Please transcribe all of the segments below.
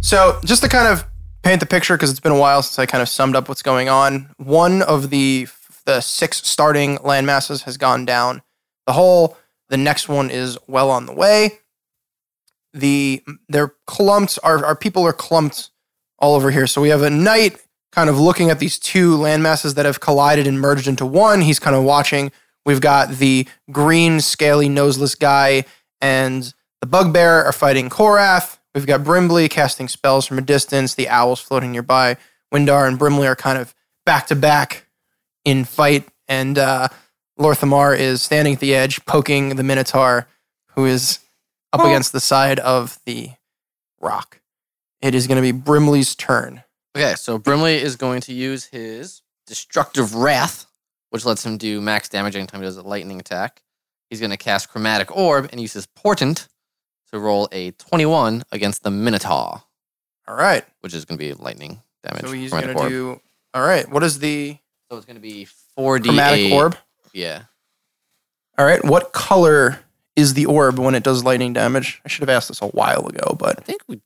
So, just to kind of paint the picture, because it's been a while since I kind of summed up what's going on. One of the the six starting land masses has gone down the hole. The next one is well on the way. The they're clumped. Our our people are clumped all over here. So we have a knight kind of looking at these two land masses that have collided and merged into one. He's kind of watching. We've got the green scaly noseless guy and the bugbear are fighting Korath. We've got Brimley casting spells from a distance. The owls floating nearby. Windar and Brimley are kind of back to back in fight, and uh, Lorthamar is standing at the edge, poking the Minotaur, who is up against the side of the rock. It is going to be Brimley's turn. Okay, so Brimley is going to use his destructive wrath, which lets him do max damage anytime he does a lightning attack. He's going to cast Chromatic Orb and use his Portent to roll a 21 against the Minotaur, All right. which is going to be lightning damage. So he's Chromatic going to Orb. do. All right. What is the So it's going to be 4d8. chromatic orb? Yeah. All right. What color is the orb when it does lightning damage? I should have asked this a while ago, but I think we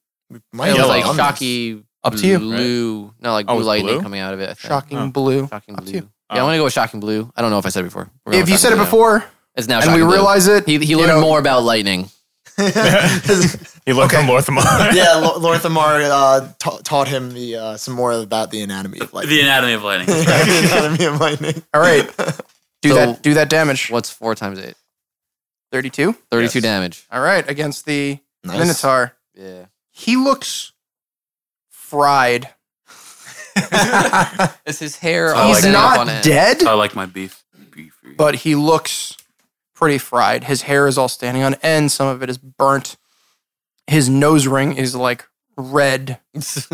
My it was yellow like on this. shocky Up to you. blue, no like Oh, it blue was lightning blue? coming out of it. I think. shocking Oh. blue. Shocking Up to blue. you. Yeah, I Oh. want to go with shocking blue. I don't know if I said it before. We're going If you with said it shocking blue. before it's now and we shocking blue. realize it, he he you learned know- more about lightning. he looked Okay. from Lorthamar. yeah, Lo- Lorthamar uh, ta- taught him the uh, some more about the anatomy of lightning. The anatomy of lightning. The, anatomy of lightning. All right. Do So- that. Do that damage. What's four times eight? Thirty-two. Thirty-two Yes. damage. All right. Against the Nice. Minotaur. Yeah. He looks fried. Is his hair? all He's standing Oh, up on not end? dead, I like my beef. Beefy. but he looks pretty fried. His hair is all standing on end. Some of it is burnt. His nose ring is like red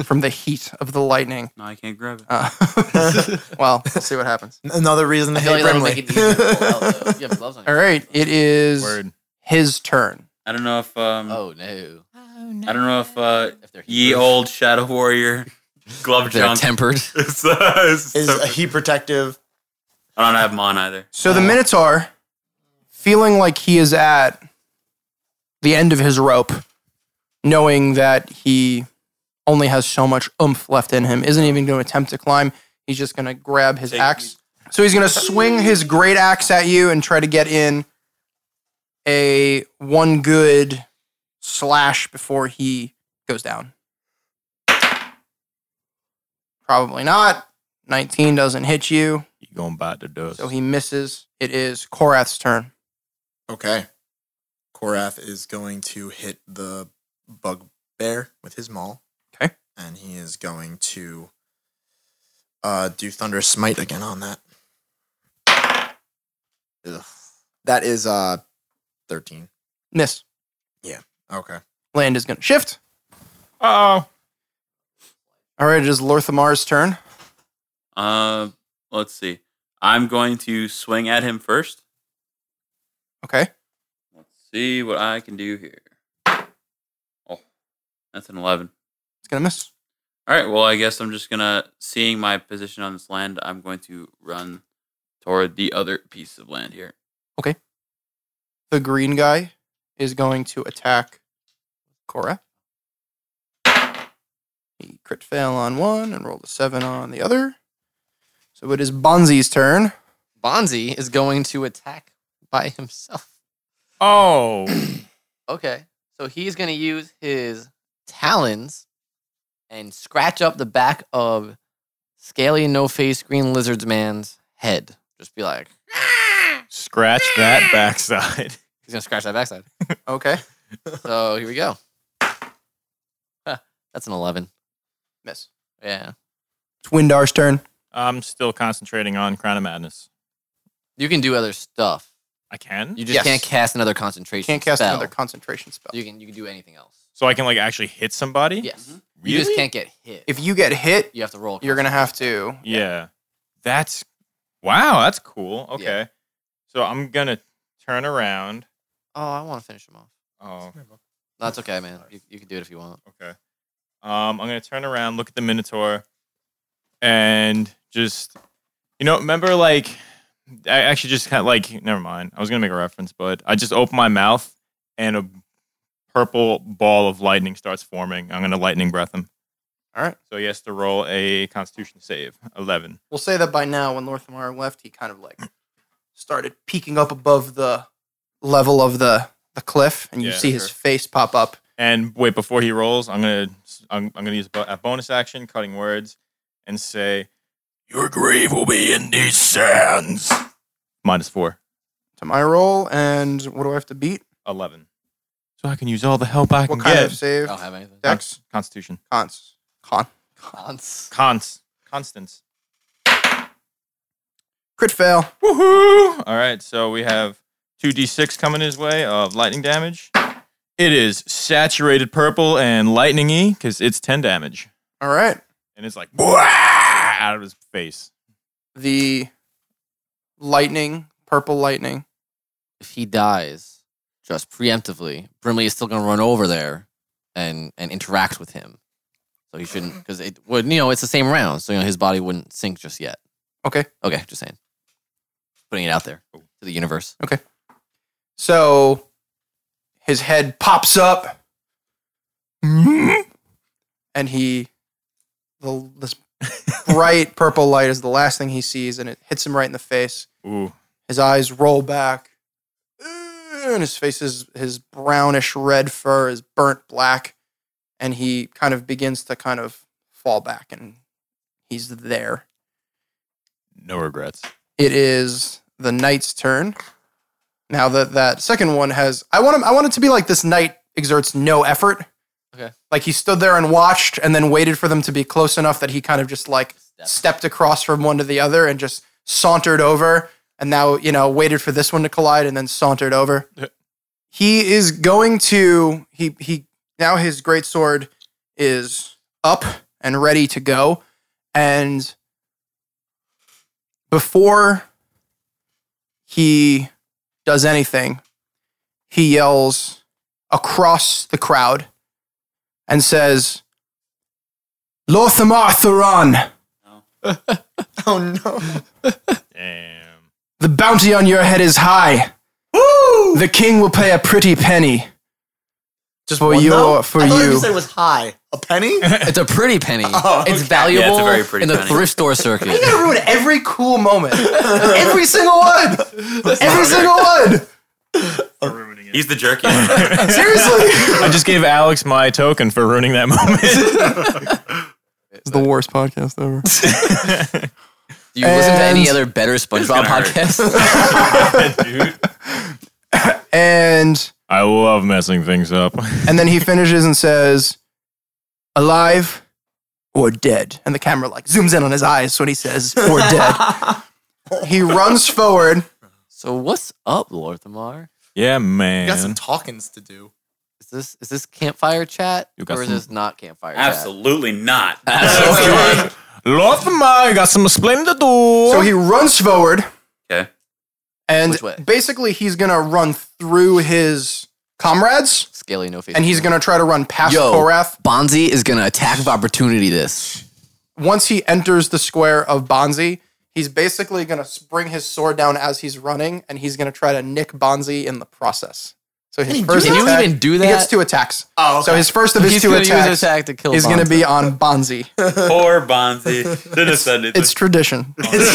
from the heat of the lightning. no, I can't grab it. Uh, well, we'll see what happens. Another reason to I feel hate like that'll make Brimley. it easier to pull out, though. You have gloves on. All right. It is Word. his turn. I don't know if um, Oh no. Oh no. I don't know if uh, If they're ye Hebrew. old Shadow Warrior Glove If they're Junk. tempered. It's, uh, it's Is so- a heat protective. I don't have mine either. So the Minotaur, feeling like he is at the end of his rope, knowing that he only has so much oomph left in him, isn't even going to attempt to climb. He's just going to grab his Take axe. So he's going to swing his great axe at you and try to get in a one good slash before he goes down. Probably not. 19 doesn't hit you. You going about to do it. So he misses. It is Korath's turn. Okay. Korath is going to hit the bugbear with his maul. Okay. And he is going to uh, do Thunder Smite again on that. Ugh. That is uh, 13. Miss. Okay. Land is going to shift. oh. All right, it is Lorthamar's turn. Uh, let's see. I'm going to swing at him first. Okay. Let's see what I can do here. Oh, that's an 11. It's going to miss. All right. Well, I guess I'm just gonna seeing my position on this land. I'm going to run toward the other piece of land here. The green guy is going to attack Korath. He crit fail on one and rolled a seven on the other. So it is Bonzi's turn. Bonzi is going to attack by himself. Oh. Okay. So he's going to use his talons and scratch up the back of Scaly No Face Green Lizard's Man's head. Just be like, Scratch that backside. he's going to scratch that backside. Okay. so here we go. Huh, That's an 11. Miss. Yeah. It's Windar's turn. I'm still concentrating on Crown of Madness. You can do other stuff. I can, You just Yes. can't cast another concentration. Can't cast spell. another concentration spell. You can you can do anything else. so I can like actually hit somebody. Yes. really? You just can't get hit. Mm-hmm. If you get hit, you have to roll. a you're going to have to. Yeah. that's wow. That's cool. Okay, Yeah. so I'm gonna turn around. con- Oh, I want to finish him off. Oh, That's okay, man. You, you can do it if you want. okay. Um, I'm gonna turn around, look at the Minotaur, and just you know, remember like I actually just kind of like never mind. I was gonna make a reference, but I just opened my mouth and a purple ball of lightning starts forming. I'm going to lightning breath him. All right. So he has to roll a Constitution save, eleven. We'll say that by now, when Lorthamar left, he kind of like started peeking up above the level of the, the cliff, and you Yeah, see his sure. face pop up. And wait, before he rolls, I'm gonna I'm, I'm gonna use a bo- a bonus action, cutting words, and say your grave will be in these sands. Minus four. To my roll, and what do I have to beat? 11. So I can use all the help I What can kind get. of save? I don't have anything. Yeah. Dex? Constitution. Cons. Con. Cons. Const. Constance. Crit fail. Woohoo! All right, so we have 2d6 coming his way of lightning damage. It is saturated purple and lightningy because it's 10 damage. All right. And it's like "Wah!" out of his face. The lightning, purple lightning. If he dies, just preemptively, Brimley is still going to run over there and and interact with him. So he shouldn't, because it would, you know, it's the same round. So, you know, his body wouldn't sink just yet. Okay. Oh. Okay, just saying. Putting it out there to the universe. So his head pops up, and he, the, this bright purple light is the last thing he sees, and it hits him right in the face. Ooh. His eyes roll back, and his face is his brownish red fur is burnt black, and he kind of begins to kind of fall back, and he's there. No regrets. It is the knight's turn. Now that that second one has, I want him. I want it to be like this knight exerts no effort. Okay. Like he stood there and watched, and then waited for them to be close enough that he kind of just like stepped across from one to the other and just sauntered over, and now you know waited for this one to collide and then sauntered over. Yeah. He is going to he he now his great sword is up and ready to go, and before he does anything, he yells across the crowd and says, Lothamar Thuran, Oh no! Damn. the bounty on your head is high. Woo! The king will pay a pretty penny. Just for your no? for I thought you. You said it was high. A penny? I It's a pretty penny. Oh, okay. It's valuable Yeah, it's a very pretty in the penny. thrift store circuit. you gotta ruin every cool moment. every single one. Every single one. He's the jerky. I Seriously. I just gave Alex my token for ruining that moment. It's the worst podcast ever. Do you listen to any And- other better SpongeBob gonna hurt. podcasts? Dude. And I love messing things up. And then he finishes and says, alive or dead. And the camera like zooms in on his eyes when he says, or dead. he runs forward. so what's up, Lorthamar? Yeah, got some man. talkings to do. Is this is this campfire chat You got or is some- this not campfire Absolutely not. Absolutely. Love the mind. Got some explaining to do. So he runs forward Okay. and Which way? basically he's going to run through his comrades chat? Scaly no face. and he's going to try to run past Yo. Korath. Bonzi is gonna attack of opportunity this. Once he enters the square of Bonzi, he's basically going to bring his sword down as he's running and he's going to try to nick Bonzi in the process. So his Can first Can you attack- even do that? He gets two attacks. Oh, So his first of his He's two gonna attacks use attack to kill is going to Bonzi. be on Bonzi. Poor Bonzi. The descendants. It's tradition. it's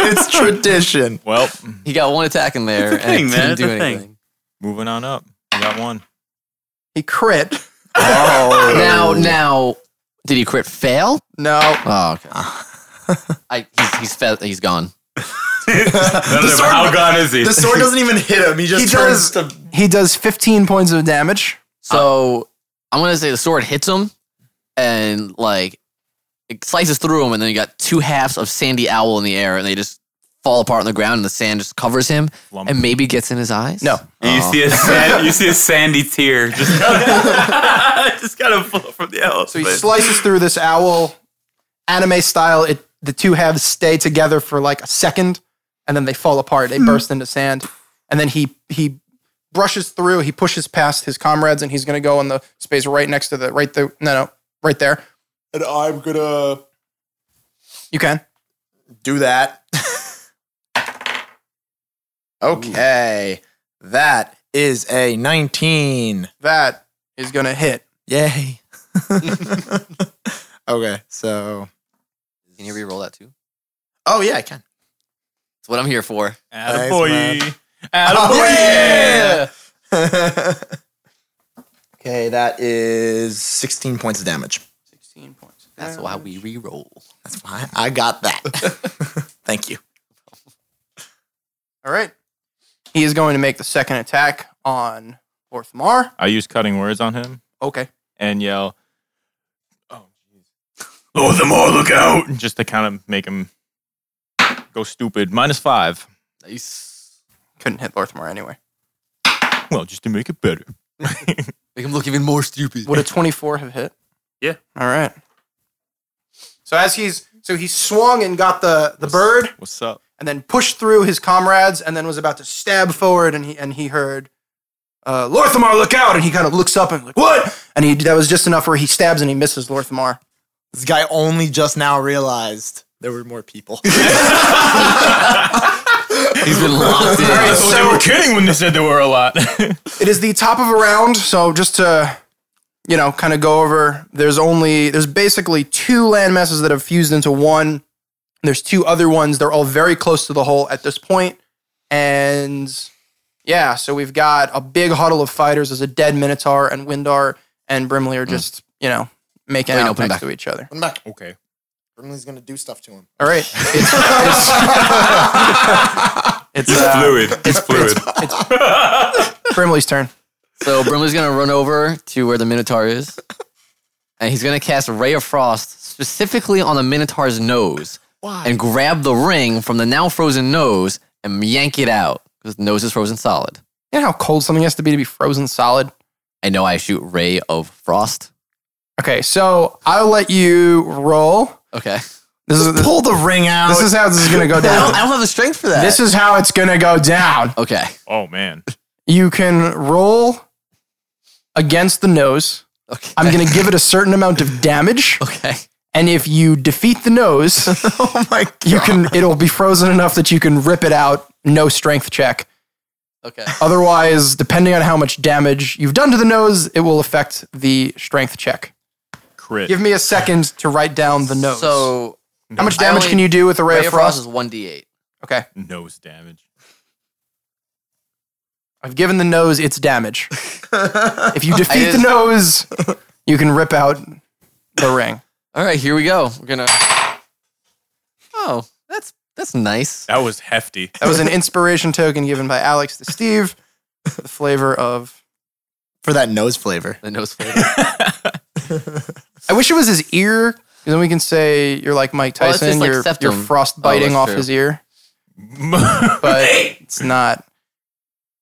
It's tradition. well, He got one attack in there It's a thing, and it man. didn't It's do a thing. anything. moving on up. We got one. He crit. Oh, Now now did he crit fail? No. Oh okay. I, he's he's, fe- he's gone. the sword- How gone is he? the sword doesn't even hit him. He just He turns to. He does 15 points of damage. So I'm gonna say the sword hits him, and like it slices through him, and then you got two halves of Sandy Owl in the air, and they just fall apart on the ground, and the sand just covers him, Flump. and maybe gets in his eyes. No. And you Oh. see a sand, you see a sandy tear just just kind of fall from the So he elephant. slices through this owl, anime style. It the two halves stay together for like a second, and then they fall apart. They burst into sand, and then he he brushes through. He pushes past his comrades, and he's going to go in the space right next to the right the no no right there. And I'm gonna You can. do that. okay, that is a 19. That is going to hit. Yay. okay, so. Can you re-roll that too? Oh, yeah, I can. That's what I'm here for. Attaboy. Thanks, Attaboy. Oh, yeah. yeah. okay, that is 16 points of damage. 16 points. That's why we re-roll. That's fine. I got that. Thank you. All right. He is going to make the second attack on Orthmar. I use cutting words on him Okay. and yell, "Oh, jeez! Oh, them all look out!" Just to kind of make him go stupid. Minus five. Nice. Couldn't hit Orthmar anyway. Well, just to make it better. Make him look even more stupid. Would a 24 have hit? Yeah. All right. So as he's so he swung and got the the bird What's up? and then pushed through his comrades and then was about to stab forward and he and he heard uh, Lorthamar, look out! And he kind of looks up and like what? And he that was just enough where he stabs and he misses Lorthamar. This guy only just now realized there were more people. He's been locked in. Alright, Oh, they were kidding when they said there were a lot. It is the top of a round, so just to you know, kind of go over. There's only there's basically two land masses that have fused into one. There's two other ones. They're all very close to the hole at this point, and yeah, so we've got a big huddle of fighters. There's a dead Minotaur and Windar and Brimley are just you know making Hmm. Wait, no, out put 'em next back. to each other. I'm back. okay. Brimley's gonna do stuff to him. All right, it's it's, it's, uh, fluid. It's fluid. Brimley's turn. So Brimley's gonna run over to where the Minotaur is, and he's gonna cast Ray of Frost specifically on the Minotaur's nose, Why? and grab the ring from the now frozen nose and yank it out because the nose is frozen solid. You know how cold something has to be to be frozen solid. I know I shoot Ray of Frost. Okay, so I'll let you roll. Okay, This is Pull the ring out. This is how this is gonna go I don't, down. I don't have the strength for that. This is how it's gonna go down. okay. Oh man. You can roll against the nose. Okay. I'm gonna give it a certain amount of damage, Okay. and if you defeat the nose, oh my god. you can. It'll be frozen enough that you can rip it out. No strength check. Okay. Otherwise, depending on how much damage you've done to the nose, it will affect the strength check. Crit. Give me a second to write down the nose. So how much I damage only- can you do with a ray, Ray of frost? is one d8. Okay, Nose damage. I've given the nose its damage. If you defeat the just- nose, you can rip out the ring. All right, here we go. We're gonna. Oh, that's that's nice. That was hefty. That was an inspiration token given by Alex to Steve. The flavor of. For that nose flavor. The nose flavor. I wish it was his ear, 'cause then we can say you're like Mike Well, it's Tyson, just like you're, septum. you're frost biting Oh, that's off true. his ear, but it's not.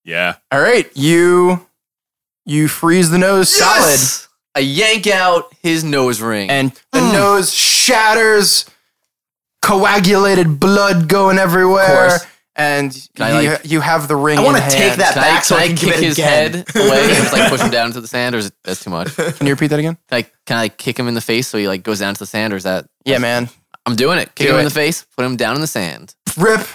yeah. All right, you you freeze the nose solid, Solid. I yank out his nose ring. and the Hmm. nose shatters, coagulated blood going everywhere, course. and you, I, like- you have the ring. I want to take that can I, back so can I I, can kick give it his again. head away and just like push him down into the sand, or is it, that's too much? Can Can you repeat that again? I can I like, kick him in the face so he like goes down to the sand, or is that? Yeah, man. I'm doing it. Kick Do him it. in the face. Put him down in the sand. rip,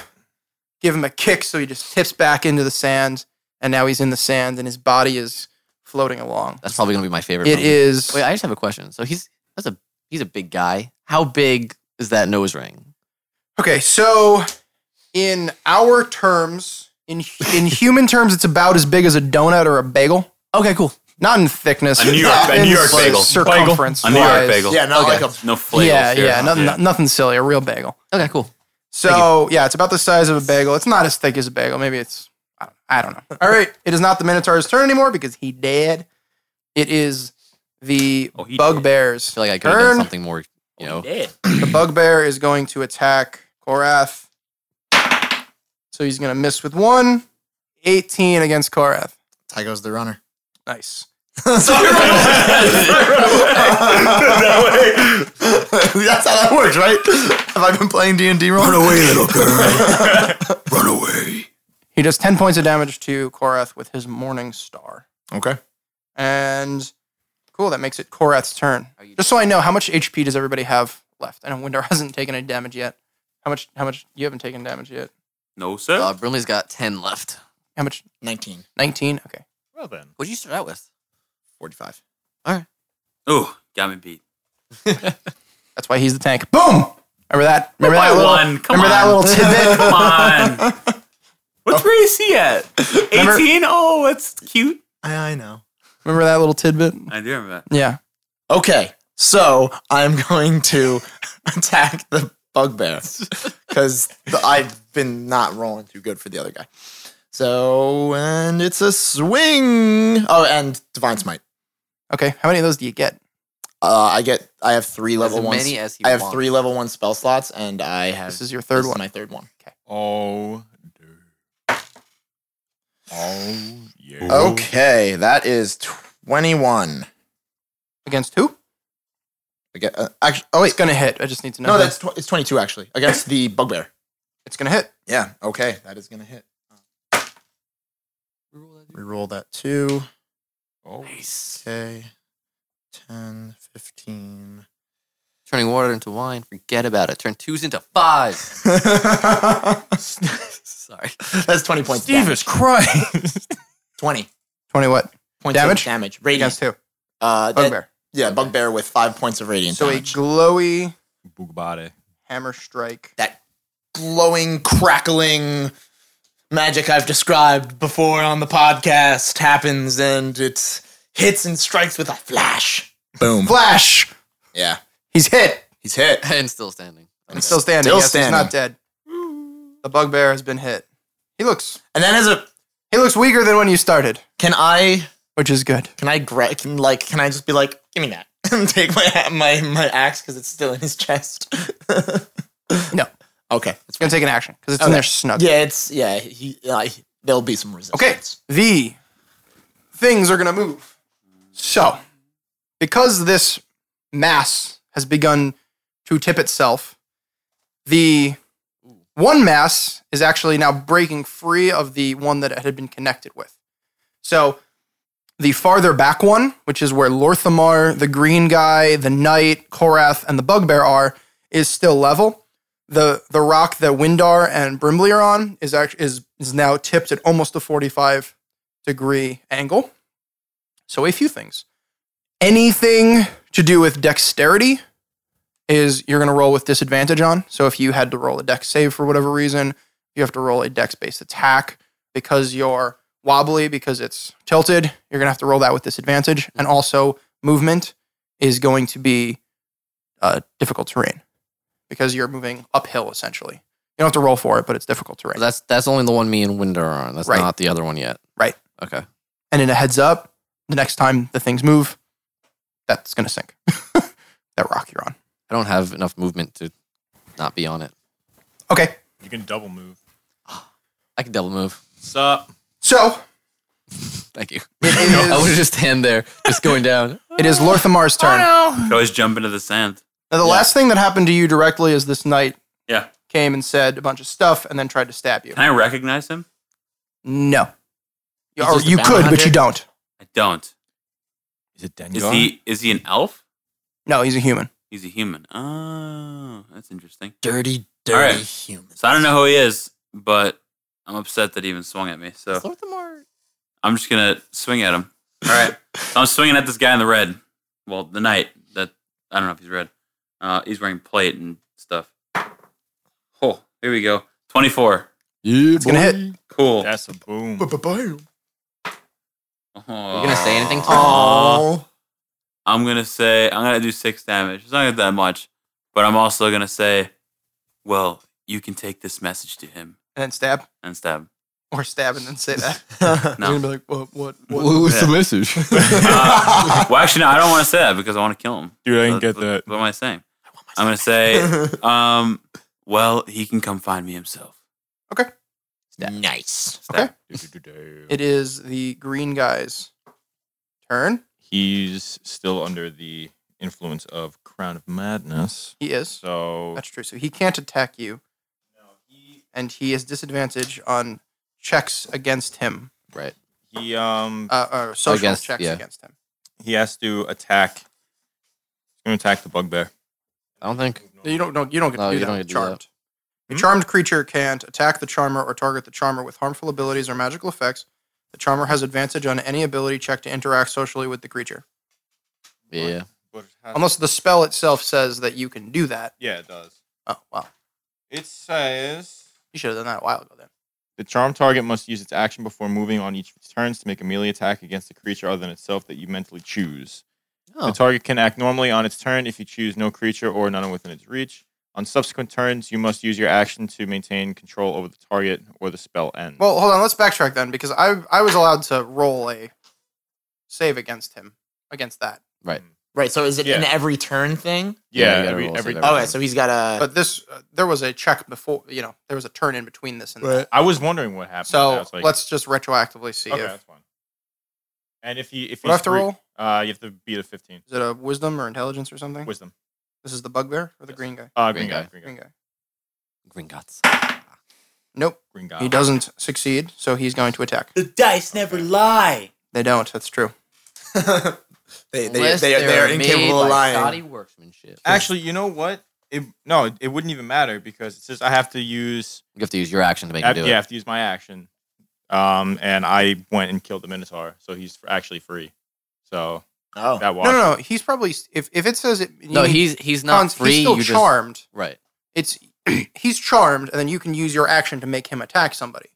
give him a kick so he just tips back into the sand, and now he's in the sand and his body is floating along. That's probably gonna be my favorite. It moment. is Wait, I just have a question. So he's that's a he's a big guy. How big is that nose ring? okay. So, in our terms, in in human terms, it's about as big as a donut or a bagel. Okay, cool. Not in thickness. A New York- not a in New York like bagel. Circumference. A New York wise. bagel. Yeah, not Okay. like a No flavors. yeah, here. yeah, nothing, Yeah. nothing silly. A real bagel. Okay, cool. So yeah, it's about the size of a bagel. It's not as thick as a bagel. Maybe it's I don't, I don't know. All right, it is not the Minotaur's turn anymore because he dead. It is the Oh, he I bugbear's feel like I could have done turn. something more. You know, The bugbear is going to attack Korath. So he's going to miss with one. 18 against Korath. Tygo's the runner. Nice. that way. That's how that works, right? Have I been playing D and D wrong? Run away, little girl. Run away. He does 10 points of damage to Korath with his Morning Star. Okay. And cool, that makes it Korath's turn. Just so I know, how much HP does everybody have left? I know Windar hasn't taken any damage yet. How much? How much? You haven't taken damage yet. No, sir. uh, Brimley's got ten left. How much? 19. 19? Okay. Well then, What did you start out with? 45. Ooh, got me beat. That's why he's the tank. Boom! Remember that? Remember that By little, one. Come remember that on. little tidbit? Come on. What's race he at? 18? Oh, that's cute. I, I know. Remember that little tidbit? I do remember that. Yeah. Okay, so I'm going to attack the bugbear because I've been not rolling too good for the other guy. So, and it's a swing. Oh, and divine smite. Okay. How many of those do you get? Uh, I get. I have three level as one. many as he I have wants. three level one spell slots, and I have This is your third this is one. My third one. oh, dude. oh yeah. Okay, that is twenty-one. Against who? I get. Uh, actually, oh wait, It's going to hit. I just need to know. no, who. that's tw- it's twenty-two actually against the bugbear. It's going to hit. Yeah. Okay, that is gonna hit. Reroll that two. Oh, Okay. 10, 15. Turning water into wine. Forget about it. Turn twos into fives. That's Sorry. 20 points. of damage. Jesus Christ! 20 20 what? points Damage? of damage. Radiant. Against who? Uh, that- Bugbear. Yeah, bugbear with five points of radiant So a damage. glowy Bugbare. hammer strike. that glowing, crackling magic I've described before on the podcast happens and it hits and strikes with a flash. Boom. Flash! Yeah. He's hit. He's hit. And still standing. And still standing. Still yes, He's not standing. dead. The bugbear has been hit. He looks And then as a he looks weaker than when you started, can I which is good. Can I gra- can like can I just be like, give me that and take my my my axe because it's still in his chest? No. Okay. It's going to take an action because it's in Okay. there snug. Yeah, it's yeah. He uh, he- there'll be some Okay, resistance. the things are going to move. So, because this mass has begun to tip itself, the one mass is actually now breaking free of the one that it had been connected with. So, the farther back one, which is where Lorthamar, the green guy, the knight, Korath, and the bugbear are, is still level the the rock that Windar and Brimley are on is actually is is now tipped at almost a 45 degree angle. So a few things. Anything to do with dexterity is you're going to roll with disadvantage on. So if you had to roll a dex save for whatever reason, you have to roll a dex based attack because you're wobbly because it's tilted, you're going to have to roll that with disadvantage and also movement is going to be uh, difficult terrain because you're moving uphill essentially. You don't have to roll for it, but it's difficult terrain. That's that's only the one me and Winder are on. That's Right. not the other one yet. Right. Okay. and in a heads up, the next time the things move, that's gonna sink. that rock you're on. I don't have enough movement to not be on it. Okay. You can double move. I can double move. Sup? So Thank you. it I would have is, just stand there, just going down. it is Lorthamar's turn. Now Could always jump into the sand. the last thing that happened to you directly is this knight Yeah. came and said a bunch of stuff and then tried to stab you. Can I recognize him? No. He's Or just a you bounty could, but hunter? you don't. I don't. Is it Dengar? Is he is he an elf? No, he's a human. He's a human. Oh, that's interesting. Dirty, dirty All right. humans. So I don't know who he is, but I'm upset that he even swung at me. So Lorthamar. I'm just gonna swing at him. All right. so I'm swinging at this guy in the red. Well, the knight. That I don't know if he's red. Uh, he's wearing plate and stuff. Oh, here we go. 24. Yeah, It's gonna hit. Cool. That's a boom. Ba-ba-boom. Are You gonna say anything to him? Oh, I'm gonna say I'm gonna do six damage. It's not gonna do that much, but I'm also gonna say, well, you can take this message to him And then stab. and stab. him. Or stab and then say that. No. You're gonna be like, what what what What was Yeah. the message? Uh, well, actually, no, I don't want to say that because I want to kill him. Dude, I didn't So get that. What am I saying? I'm gonna say, um, well, he can come find me himself. nice. Okay. Du-du-du-du. It is the green guy's turn. He's still under the influence of Crown of Madness. He is. So That's true. So he can't attack you. And he has disadvantage on checks against him, right. he um uh, uh, social Oh, Against- checks yeah. against him. he has to attack. He's gonna attack the bugbear. I don't think. You don't, don't you don't get No, to do you that. don't with get to do that. charmed. A charmed creature can't attack the charmer or target the charmer with harmful abilities or magical effects. The charmer has advantage on any ability check to interact socially with the creature. Yeah. But it has- Unless the spell itself says that you can do that. yeah, it does. Oh, wow. It says You should have done that a while ago then. the charm target must use its action before moving on each of its turns to make a melee attack against a creature other than itself that you mentally choose. Oh. The target can act normally on its turn if you choose no creature or none within its reach. On subsequent turns, you must use your action to maintain control over the target or the spell ends. Well, hold on. Let's backtrack then because I, I was allowed to roll a save against him, against that. Right. So is it an Yeah. every turn thing? Yeah, yeah, you gotta every, roll a every, save Oh, every- Okay. So he's got a. But this, uh, there was a check before, you know, there was a turn in between this and that. I was wondering what happened. I So was like, let's just retroactively see Okay, if. that's fine. And if you if What you do I have to screw- roll? uh, you have to beat a fifteen. Is it a wisdom or intelligence or something? Wisdom. This is the bugbear or the Yes. green guy? Uh, Green green, guy. guy. Green guy. Green guy. Gringotts. Nope. Green guy. He doesn't succeed, so he's going to attack. The dice never lie. They don't. That's true. they, they, they, Unless they, are made incapable by of lying. Shoddy workmanship. Actually, you know what? It, no, it wouldn't even matter because it says I have to use. You have to use your action to make I, him do yeah, I have to use my action. Um, and I went and killed the Minotaur, so he's f- actually free. So Oh. No, that was no, no. He's probably if if it says it. it. No, he's he's not free. Mm. He's still you charmed. Just, right. It's he's charmed, and then you can use your action to make him attack somebody.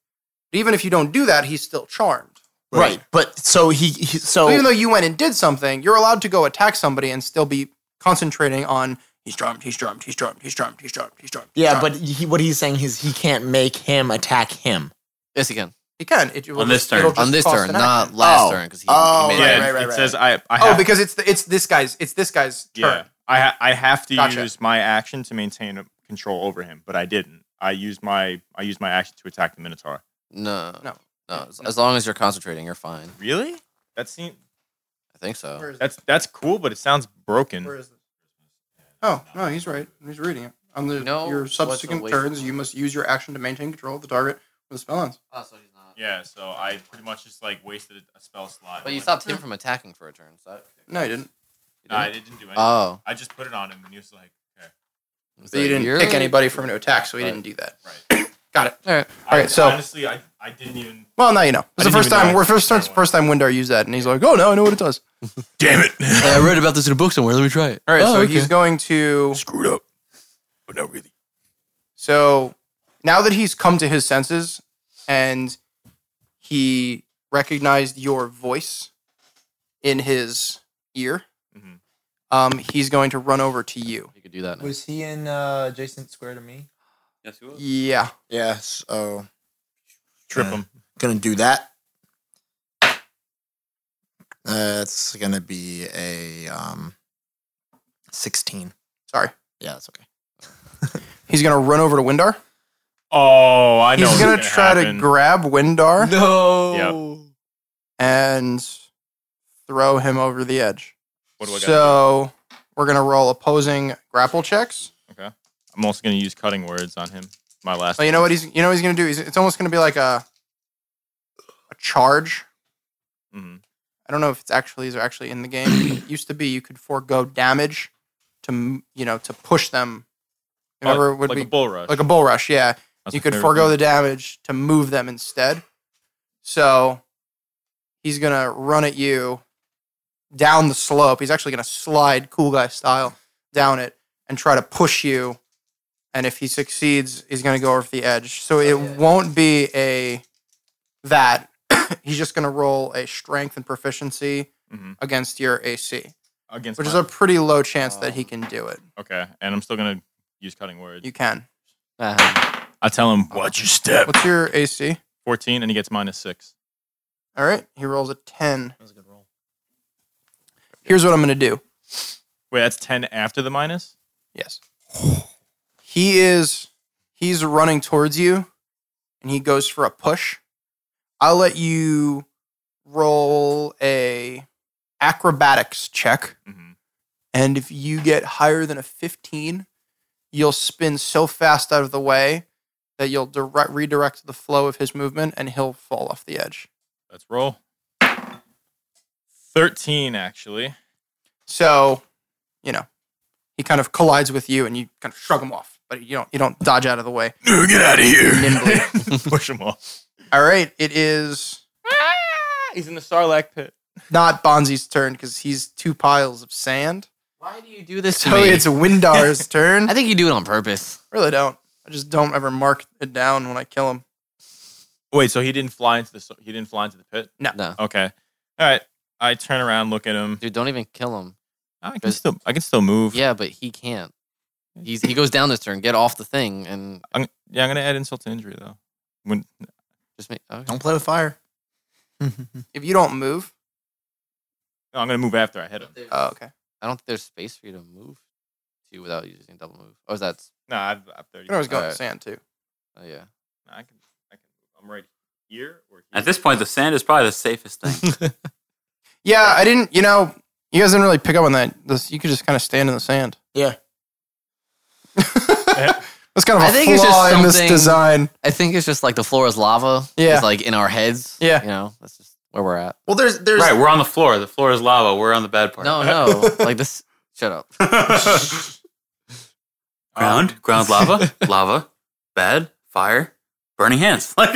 But even if you don't do that, he's still charmed. Right. But so he, he so, So even though you went and did something, you're allowed to go attack somebody and still be concentrating on he's charmed, he's charmed, he's charmed, he's charmed, he's charmed, he's charmed. he's yeah, charmed." but he, what he's saying is he can't make him attack him. Yes, again. he can it, will On this just- turn. it'll just On this cost turn, an not action. last Oh. turn, because he, Oh, he made right, Yeah, it. right, it right, right. says I. I Oh, have, because it's the, it's this guy's it's this guy's turn. yeah, I ha- I have to Gotcha. use my action to maintain control over him, but I didn't. I used my I used my action to attack the Minotaur. No, No. no. As, as long as you're concentrating, you're fine. Really? That seems I think so. Where is that's that's cool, but it sounds broken. Where is this? Oh no, he's right. He's reading it. On the No, your what's the subsequent way- turns, you must use your action to maintain control of the target with the spell ends. Oh, so he's not. Yeah, so I pretty much just like wasted a spell slot. But you stopped him from attacking for a turn. So that- No, you didn't. No, I didn't do anything. Oh, I just put it on him, and he was like, okay. It's So you like, didn't you're- pick anybody from an attack, so he Right. didn't do that. Right. Got it. All right. All right, I- so- honestly, I, I didn't even. Well, now you know. It's the didn't first even time. know. We're first first, first time Windar used that, and he's like, "Oh no, I know what it does." Damn it! I read about this in a book somewhere. Let me try it. All right, Oh, so okay. he's going to. Screwed up, but not really. So now that he's come to his senses and he recognized your voice in his ear, Mhm. um, he's going to run over to you. You could do that. Now. Was he in uh, adjacent square to me? Yes, he was. Yeah. Yes. Oh. Trip him. Gonna do that. Uh, it's gonna be a um, sixteen. Sorry. Yeah, that's okay. He's going to run over to Windar. Oh, I know. He's going to try to grab Windar No. and throw him over the edge. What do I got? so we're going to roll opposing grapple checks. I'm also gonna use cutting words on him. My last. So Oh, you know what he's you know what he's going to do? He's, it's almost going to be like a a charge Mhm. I don't know if it's actually is actually in the game. it used to be you could forego damage to m- you know to push them. Remember, Oh, it would like be a bull rush. like a bull rush. Yeah, That's you my could favorite forego the thing. damage to move them instead. So he's gonna run at you down the slope. He's actually gonna slide cool guy style down it and try to push you. And if he succeeds, he's gonna go over the edge. So it won't be a that. he's just gonna roll a strength and proficiency Mhm. against your AC, against. which my- is a pretty low chance that Um, he can do it. okay, and I'm still gonna use cutting words. You Oh. can. Uh-huh. I tell him, "Watch your step." What's your AC? 14, and he gets minus six. All right, he rolls a 10. That was a good roll. Here's what I'm going to do. Wait, that's 10 after the minus. Yes. He is he's running towards you and he goes for a push. I'll let you roll a acrobatics check Mhm. and if you get higher than a 15, you'll spin so fast out of the way that you'll direct, redirect the flow of his movement and he'll fall off the edge. Let's roll. 13 actually. So, you know, he kind of collides with you and you kind of shrug him off. but you don't you don't dodge out of the way. No, get out of Nimbly. here. Push him off. All right, it is He's in the Sarlacc pit. not Bonzi's turn because he's two piles of sand. Why do you do this to So me? it's Windar's turn. I I think you do it on purpose. really don't. I just don't ever mark it down when I kill him. Wait, so he didn't fly into the s- he didn't fly into the pit? No, Okay. All right. I turn around, look at him. Ah, dude, don't even kill him. I can still I can still move. Yeah, but he can't. He's he goes down this turn. Get off the thing and I'm, yeah, I'm gonna add insult to injury though. When just make. Okay. Don't play with fire. If you don't move, no, I'm gonna move after I hit him. I oh, okay. don't think there's space for you to move to without using double move. Oh, is that? No, I've, I've 30. You can always go in Alright. the sand too. Oh yeah. I can, I can, I'm right here or here. At this point, the sand is probably the safest thing. Yeah, I didn't. You know, you guys didn't really pick up on that. This, you could just kind of stand in the sand. Yeah. That's kind of a I think flaw it's just in this something- design. I think it's just like the floor is lava. Yeah. It's like in our heads. Yeah. You know, that's just where we're at. Well, there's there's right, we're on the floor. The floor is lava. We're on the bad part. No, no. like this. Shut up. ground, ground lava, lava, bad, fire, burning hands. Like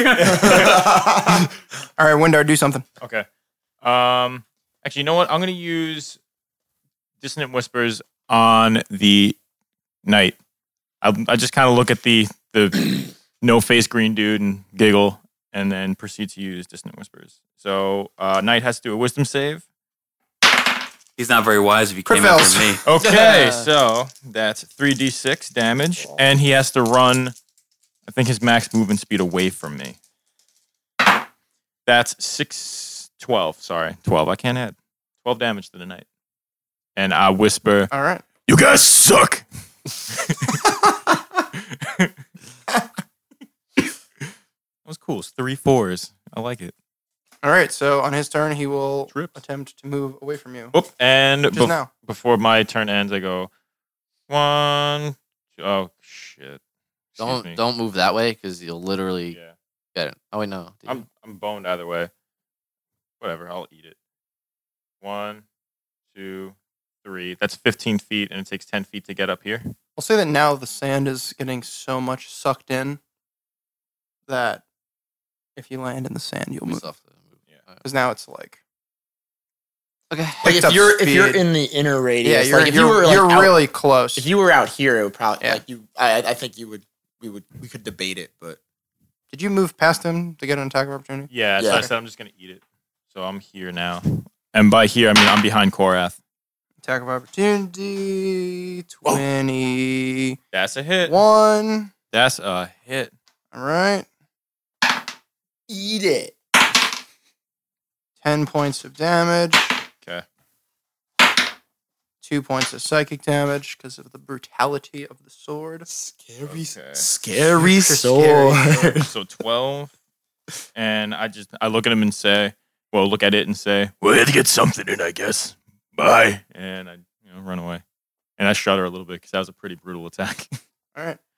All right, Windar, do something. Okay. Um. Actually, you know what? I'm gonna use dissonant whispers on the knight. I, I just kind of look at the the no face green dude and giggle, and then proceed to use dissonant whispers. So uh, knight has to do a wisdom save. he's not very wise if he came Prevails. after me. Okay, Yeah. so that's three d six damage, and he has to run. I think his max movement speed away from me. That's six, 12, Sorry, twelve. I can't add twelve damage to the knight. And I whisper, All right. "You guys suck." that was cool. It's three fours. I like it. All right. So on his turn, he will Trip. attempt to move away from Oh, you. Whoop. And Just bef- now. before my turn ends, I go one. Oh shit! Excuse Don't me. don't move that way because you'll literally Yeah, get it. Oh wait, no. Did you- I'm I'm boned either way. Whatever, I'll eat it. One, two, three. That's 15 feet, and it takes 10 feet to get up here. I'll say that now the sand is getting so much sucked in that if you land in the sand, you'll we move. still have to move. Yeah. All right. Because now it's like Okay. like picked if up you're if speed. you're in the yeah, inner radius. you're like if you're, you were like you're out- really close. if you were out here, it would probably Yeah. like you. I I I think you would we would we could debate it, but Did you move past him to get an attack of opportunity? Yeah, so Yeah. I said I'm just going to eat it. So I'm here now. And by here, I mean I'm behind Korath. Attack of opportunity twenty That's a hit. Oh. one. That's a hit. All right, eat it. ten points of damage. Okay. Two points of psychic damage because of the brutality of the sword. Scary, Okay. scary Extra scary sword. so 12. And I just, I look at him and say, well, look at it and say, well, I had to get something in, I guess. Bye. And I, you know, run away. And I shudder a little bit because that was a pretty brutal attack. All right,